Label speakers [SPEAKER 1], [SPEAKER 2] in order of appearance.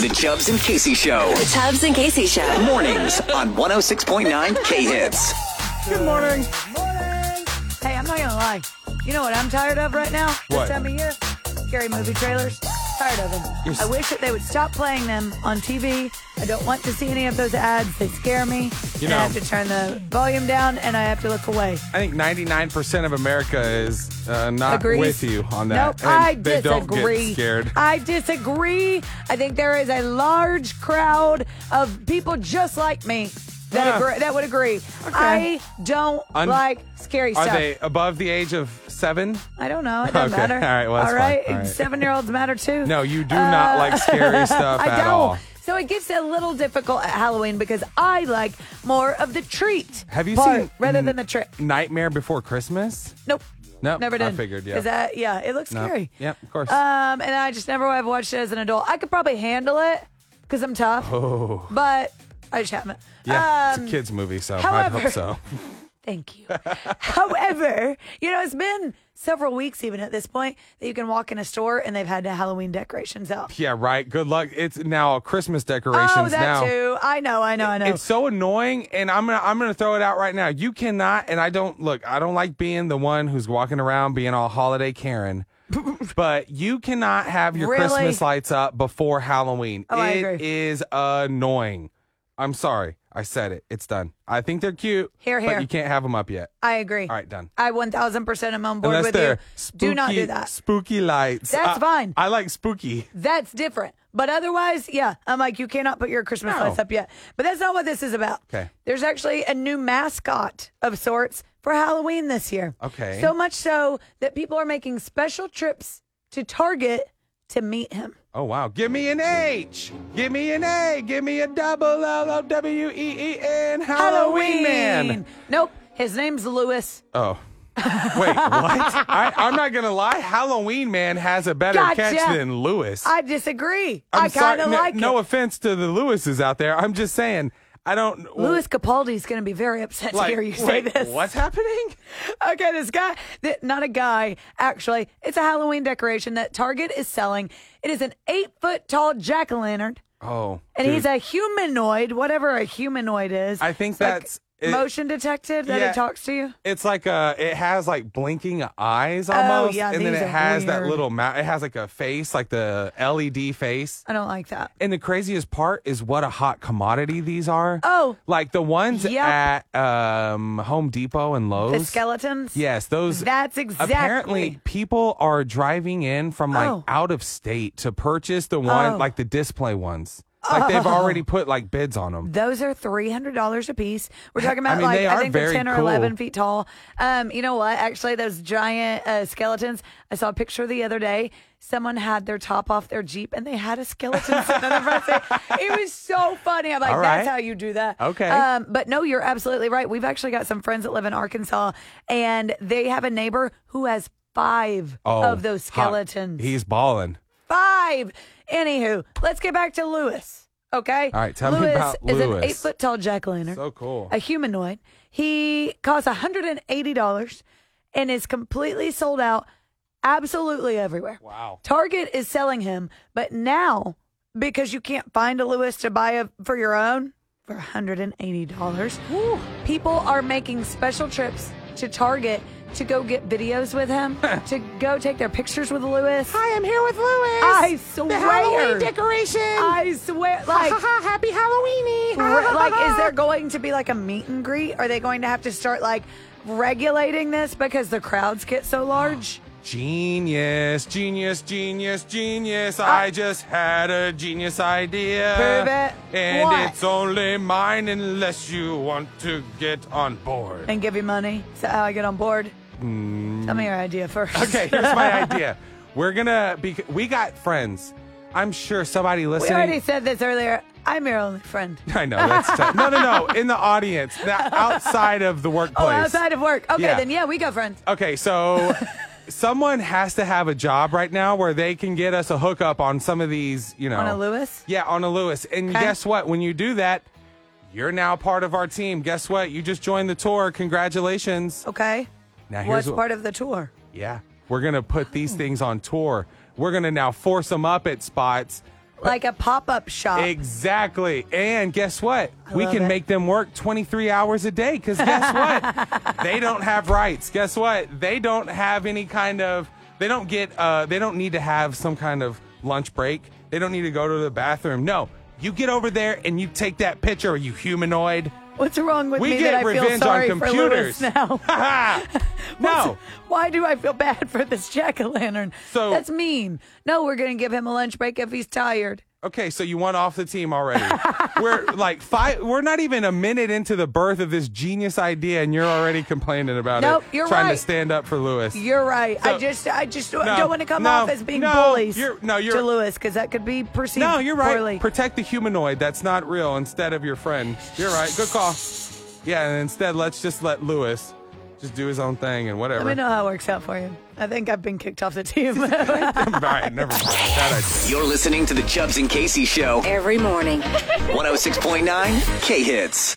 [SPEAKER 1] The Chubbs and Casey Show.
[SPEAKER 2] The Tubbs and Casey Show.
[SPEAKER 1] Mornings on 106.9 K Hits.
[SPEAKER 3] Good morning. Morning. Hey, I'm not gonna lie. You know what I'm tired of right now? This
[SPEAKER 4] What?
[SPEAKER 3] time of year, scary movie trailers. Tired of them. I wish that they would stop playing them on TV. I don't want to see any of those ads. They scare me. And
[SPEAKER 4] You
[SPEAKER 3] I
[SPEAKER 4] know-
[SPEAKER 3] have to turn the volume down and I have to look away.
[SPEAKER 4] I think 99% of America is uh, not
[SPEAKER 3] Agrees.
[SPEAKER 4] with you on that.
[SPEAKER 3] Nope, I disagree.
[SPEAKER 4] they don't get scared.
[SPEAKER 3] I disagree. I think there is a large crowd of people just like me that
[SPEAKER 4] Yeah.
[SPEAKER 3] agree, that would agree. I don't
[SPEAKER 4] Un-
[SPEAKER 3] like scary
[SPEAKER 4] Are
[SPEAKER 3] stuff.
[SPEAKER 4] they above the age of seven?
[SPEAKER 3] I don't know. It doesn't
[SPEAKER 4] Okay.
[SPEAKER 3] matter.
[SPEAKER 4] All right. Well, that's
[SPEAKER 3] All
[SPEAKER 4] fine.
[SPEAKER 3] right.
[SPEAKER 4] All right.
[SPEAKER 3] Seven year olds matter too.
[SPEAKER 4] No, you do not like scary stuff
[SPEAKER 3] Uh, I
[SPEAKER 4] at
[SPEAKER 3] don't.
[SPEAKER 4] all.
[SPEAKER 3] So it gets a little difficult at Halloween because I like more of the treat.
[SPEAKER 4] Have you
[SPEAKER 3] part
[SPEAKER 4] seen
[SPEAKER 3] rather
[SPEAKER 4] N-
[SPEAKER 3] than the trick?
[SPEAKER 4] Nightmare Before Christmas?
[SPEAKER 3] Nope.
[SPEAKER 4] Nope,
[SPEAKER 3] Never
[SPEAKER 4] I
[SPEAKER 3] did.
[SPEAKER 4] figured, yeah.
[SPEAKER 3] Is that yeah? It looks
[SPEAKER 4] Nope.
[SPEAKER 3] scary.
[SPEAKER 4] Yep, of course.
[SPEAKER 3] Um, and I just never have watched it as an adult. I could probably handle it because I'm tough. Oh. But I just haven't.
[SPEAKER 4] Yeah,
[SPEAKER 3] Um,
[SPEAKER 4] it's a kids' movie, so
[SPEAKER 3] however-
[SPEAKER 4] I'd hope so.
[SPEAKER 3] Thank you. However, you know, it's been several weeks even at this point that you can walk in a store and they've had the Halloween decorations out.
[SPEAKER 4] Yeah, right. Good luck. It's now Christmas decorations
[SPEAKER 3] Oh, that
[SPEAKER 4] now.
[SPEAKER 3] too. I know, I know, I know.
[SPEAKER 4] It's so annoying, and I'm gonna I'm gonna throw it out right now. You cannot, and I don't look. I don't like being the one who's walking around being all holiday Karen. but you cannot have your
[SPEAKER 3] Really?
[SPEAKER 4] Christmas lights up before Halloween.
[SPEAKER 3] Oh, I
[SPEAKER 4] It
[SPEAKER 3] agree.
[SPEAKER 4] is annoying. I'm sorry, I said it. It's done. I think they're cute.
[SPEAKER 3] Here, here.
[SPEAKER 4] But you can't have them up yet.
[SPEAKER 3] I agree.
[SPEAKER 4] All right, done.
[SPEAKER 3] I 1000% am on board
[SPEAKER 4] Unless
[SPEAKER 3] with
[SPEAKER 4] they're
[SPEAKER 3] you.
[SPEAKER 4] spooky,
[SPEAKER 3] do not do that.
[SPEAKER 4] Spooky lights.
[SPEAKER 3] That's
[SPEAKER 4] I-
[SPEAKER 3] fine.
[SPEAKER 4] I like spooky.
[SPEAKER 3] That's different. But otherwise, yeah, I'm like, you cannot put your Christmas
[SPEAKER 4] No.
[SPEAKER 3] lights up yet. But that's not what this is about.
[SPEAKER 4] Okay.
[SPEAKER 3] There's actually a new mascot of sorts for Halloween this year.
[SPEAKER 4] Okay.
[SPEAKER 3] So much so that people are making special trips to Target to meet him.
[SPEAKER 4] Oh wow! Give me an H. Give me an A. Give me a double L O W E E N. Halloween man.
[SPEAKER 3] Nope. His name's Lewis.
[SPEAKER 4] Oh. Wait, what? I, I'm not gonna lie. Halloween Man has a better
[SPEAKER 3] Gotcha.
[SPEAKER 4] catch than Lewis.
[SPEAKER 3] I disagree.
[SPEAKER 4] I'm
[SPEAKER 3] kind
[SPEAKER 4] sorry,
[SPEAKER 3] of
[SPEAKER 4] no,
[SPEAKER 3] like
[SPEAKER 4] No
[SPEAKER 3] it.
[SPEAKER 4] offense to the Lewises out there. I'm just saying. I don't.
[SPEAKER 3] Louis Capaldi's going to be very upset
[SPEAKER 4] like,
[SPEAKER 3] to hear you say
[SPEAKER 4] wait,
[SPEAKER 3] this.
[SPEAKER 4] What's happening?
[SPEAKER 3] Okay, this guy, th- not a guy, actually. It's a Halloween decoration that Target is selling. It is an eight foot tall jack o' lantern,
[SPEAKER 4] Oh.
[SPEAKER 3] and
[SPEAKER 4] dude.
[SPEAKER 3] he's a humanoid, whatever a humanoid is.
[SPEAKER 4] I think
[SPEAKER 3] It's like
[SPEAKER 4] that's- it-
[SPEAKER 3] motion detective that
[SPEAKER 4] Yeah.
[SPEAKER 3] he talks to you.
[SPEAKER 4] It's like uh it has like blinking eyes
[SPEAKER 3] Oh,
[SPEAKER 4] almost,
[SPEAKER 3] yeah,
[SPEAKER 4] and then
[SPEAKER 3] these
[SPEAKER 4] it
[SPEAKER 3] are
[SPEAKER 4] has that
[SPEAKER 3] weird.
[SPEAKER 4] little mouth. It has like a face, like the LED face.
[SPEAKER 3] I don't like that.
[SPEAKER 4] And the craziest part is what a hot commodity these are.
[SPEAKER 3] Oh.
[SPEAKER 4] like the ones
[SPEAKER 3] Yep.
[SPEAKER 4] at um, Home Depot and Lowe's.
[SPEAKER 3] The skeletons.
[SPEAKER 4] Yes, those.
[SPEAKER 3] That's exactly.
[SPEAKER 4] Apparently, people are driving in from like
[SPEAKER 3] Oh.
[SPEAKER 4] out of state to purchase the one
[SPEAKER 3] Oh.
[SPEAKER 4] like the display ones. Like they've already put like bids on them.
[SPEAKER 3] Those are three hundred dollars a piece. We're talking about
[SPEAKER 4] I mean,
[SPEAKER 3] like
[SPEAKER 4] they
[SPEAKER 3] I
[SPEAKER 4] are
[SPEAKER 3] think they're
[SPEAKER 4] very
[SPEAKER 3] ten or
[SPEAKER 4] cool.
[SPEAKER 3] eleven feet tall. Um, you know what? Actually, those giant uh, skeletons. I saw a picture the other day. Someone had their top off their jeep, and they had a skeleton sitting on the front seat. It was so funny. I'm like,
[SPEAKER 4] All
[SPEAKER 3] that's
[SPEAKER 4] right.
[SPEAKER 3] how you do that.
[SPEAKER 4] Okay.
[SPEAKER 3] Um, but no, you're absolutely right. We've actually got some friends that live in Arkansas, and they have a neighbor who has five
[SPEAKER 4] Oh,
[SPEAKER 3] of those
[SPEAKER 4] hot.
[SPEAKER 3] skeletons.
[SPEAKER 4] He's balling.
[SPEAKER 3] Five. Anywho, let's get back to Lewis. Okay.
[SPEAKER 4] All right, tell me
[SPEAKER 3] Lewis
[SPEAKER 4] about
[SPEAKER 3] is an
[SPEAKER 4] Lewis.
[SPEAKER 3] eight foot tall jack o' lantern.
[SPEAKER 4] So cool.
[SPEAKER 3] A humanoid. He costs $180 and is completely sold out absolutely everywhere.
[SPEAKER 4] Wow.
[SPEAKER 3] Target is selling him, but now because you can't find a Lewis to buy a, for your own for $180, people are making special trips to Target to go get videos with him, to go take their pictures with Lewis.
[SPEAKER 4] Hi, I'm here with Lewis.
[SPEAKER 3] I swear.
[SPEAKER 4] decoration.
[SPEAKER 3] I swear, like,
[SPEAKER 4] happy Halloweeny.
[SPEAKER 3] re- like, is there going to be like a meet and greet? Are they going to have to start like regulating this because the crowds get so large?
[SPEAKER 4] Genius, genius, genius, genius.
[SPEAKER 3] Ah.
[SPEAKER 4] I just had a genius idea.
[SPEAKER 3] Prove it.
[SPEAKER 4] And
[SPEAKER 3] What?
[SPEAKER 4] it's only mine unless you want to get on board.
[SPEAKER 3] And give you money. Is that how I get on board? Tell me your idea first.
[SPEAKER 4] Mm. Okay, here's my idea. We're gonna be, we got friends. I'm sure somebody
[SPEAKER 3] we
[SPEAKER 4] listening.
[SPEAKER 3] already said this earlier. I'm your only friend.
[SPEAKER 4] I know that's tough. no, no, no. In the audience, not outside of the workplace.
[SPEAKER 3] Oh, outside of work. Okay,
[SPEAKER 4] Yeah.
[SPEAKER 3] then yeah, we got friends.
[SPEAKER 4] Okay, so someone has to have a job right now where they can get us a hookup on some of these, you know.
[SPEAKER 3] On a Lewis?
[SPEAKER 4] Yeah, on a Lewis. And
[SPEAKER 3] Okay.
[SPEAKER 4] guess what? When you do that, you're now part of our team. Guess what? You just joined the tour. Congratulations.
[SPEAKER 3] Okay.
[SPEAKER 4] Now here's
[SPEAKER 3] What's
[SPEAKER 4] what,
[SPEAKER 3] part of Oh. the tour?
[SPEAKER 4] Yeah. We're going to put these things on tour. We're going to now force them up at spots
[SPEAKER 3] like a pop up shop.
[SPEAKER 4] Exactly. And guess what? we
[SPEAKER 3] Ah. love
[SPEAKER 4] can
[SPEAKER 3] it.
[SPEAKER 4] make them work 23 hours a day because guess what? they don't have rights. Guess what? They don't have any kind of, they don't get, uh, they don't need to have some kind of lunch break. They don't need to go to the bathroom. No, you get over there and you take that picture, you humanoid.
[SPEAKER 3] What's wrong with
[SPEAKER 4] We
[SPEAKER 3] me
[SPEAKER 4] get
[SPEAKER 3] that I feel
[SPEAKER 4] revenge on
[SPEAKER 3] sorry for Lewis
[SPEAKER 4] computers.
[SPEAKER 3] now?
[SPEAKER 4] Ha ha. no.
[SPEAKER 3] What's- Why do I feel bad for this jack o' lantern?
[SPEAKER 4] So-
[SPEAKER 3] that's mean. No, we're gonna give him a lunch break if he's tired.
[SPEAKER 4] Okay, so you want off the team already. we're like five. We're not even a minute into the birth of this genius idea, and you're already complaining about
[SPEAKER 3] Nope,
[SPEAKER 4] it.
[SPEAKER 3] you're
[SPEAKER 4] trying
[SPEAKER 3] right.
[SPEAKER 4] to stand up for Lewis.
[SPEAKER 3] You're right. I
[SPEAKER 4] So-
[SPEAKER 3] just, I just
[SPEAKER 4] No,
[SPEAKER 3] don't want to come
[SPEAKER 4] no,
[SPEAKER 3] off as being
[SPEAKER 4] no,
[SPEAKER 3] bullies
[SPEAKER 4] you're- no, you're-
[SPEAKER 3] to Lewis because that could be perceived.
[SPEAKER 4] no, you're right.
[SPEAKER 3] Poorly.
[SPEAKER 4] Protect the humanoid that's not real instead of your friend. You're right. Good call. Yeah, and instead, let's just let Lewis just do his own thing and whatever.
[SPEAKER 3] Let me know how it works out for you. I think I've been kicked off the team.
[SPEAKER 4] All right, never mind. That idea.
[SPEAKER 1] You're listening to the Chubbs and Casey Show,
[SPEAKER 2] Every morning.
[SPEAKER 1] 106.9 K Hits.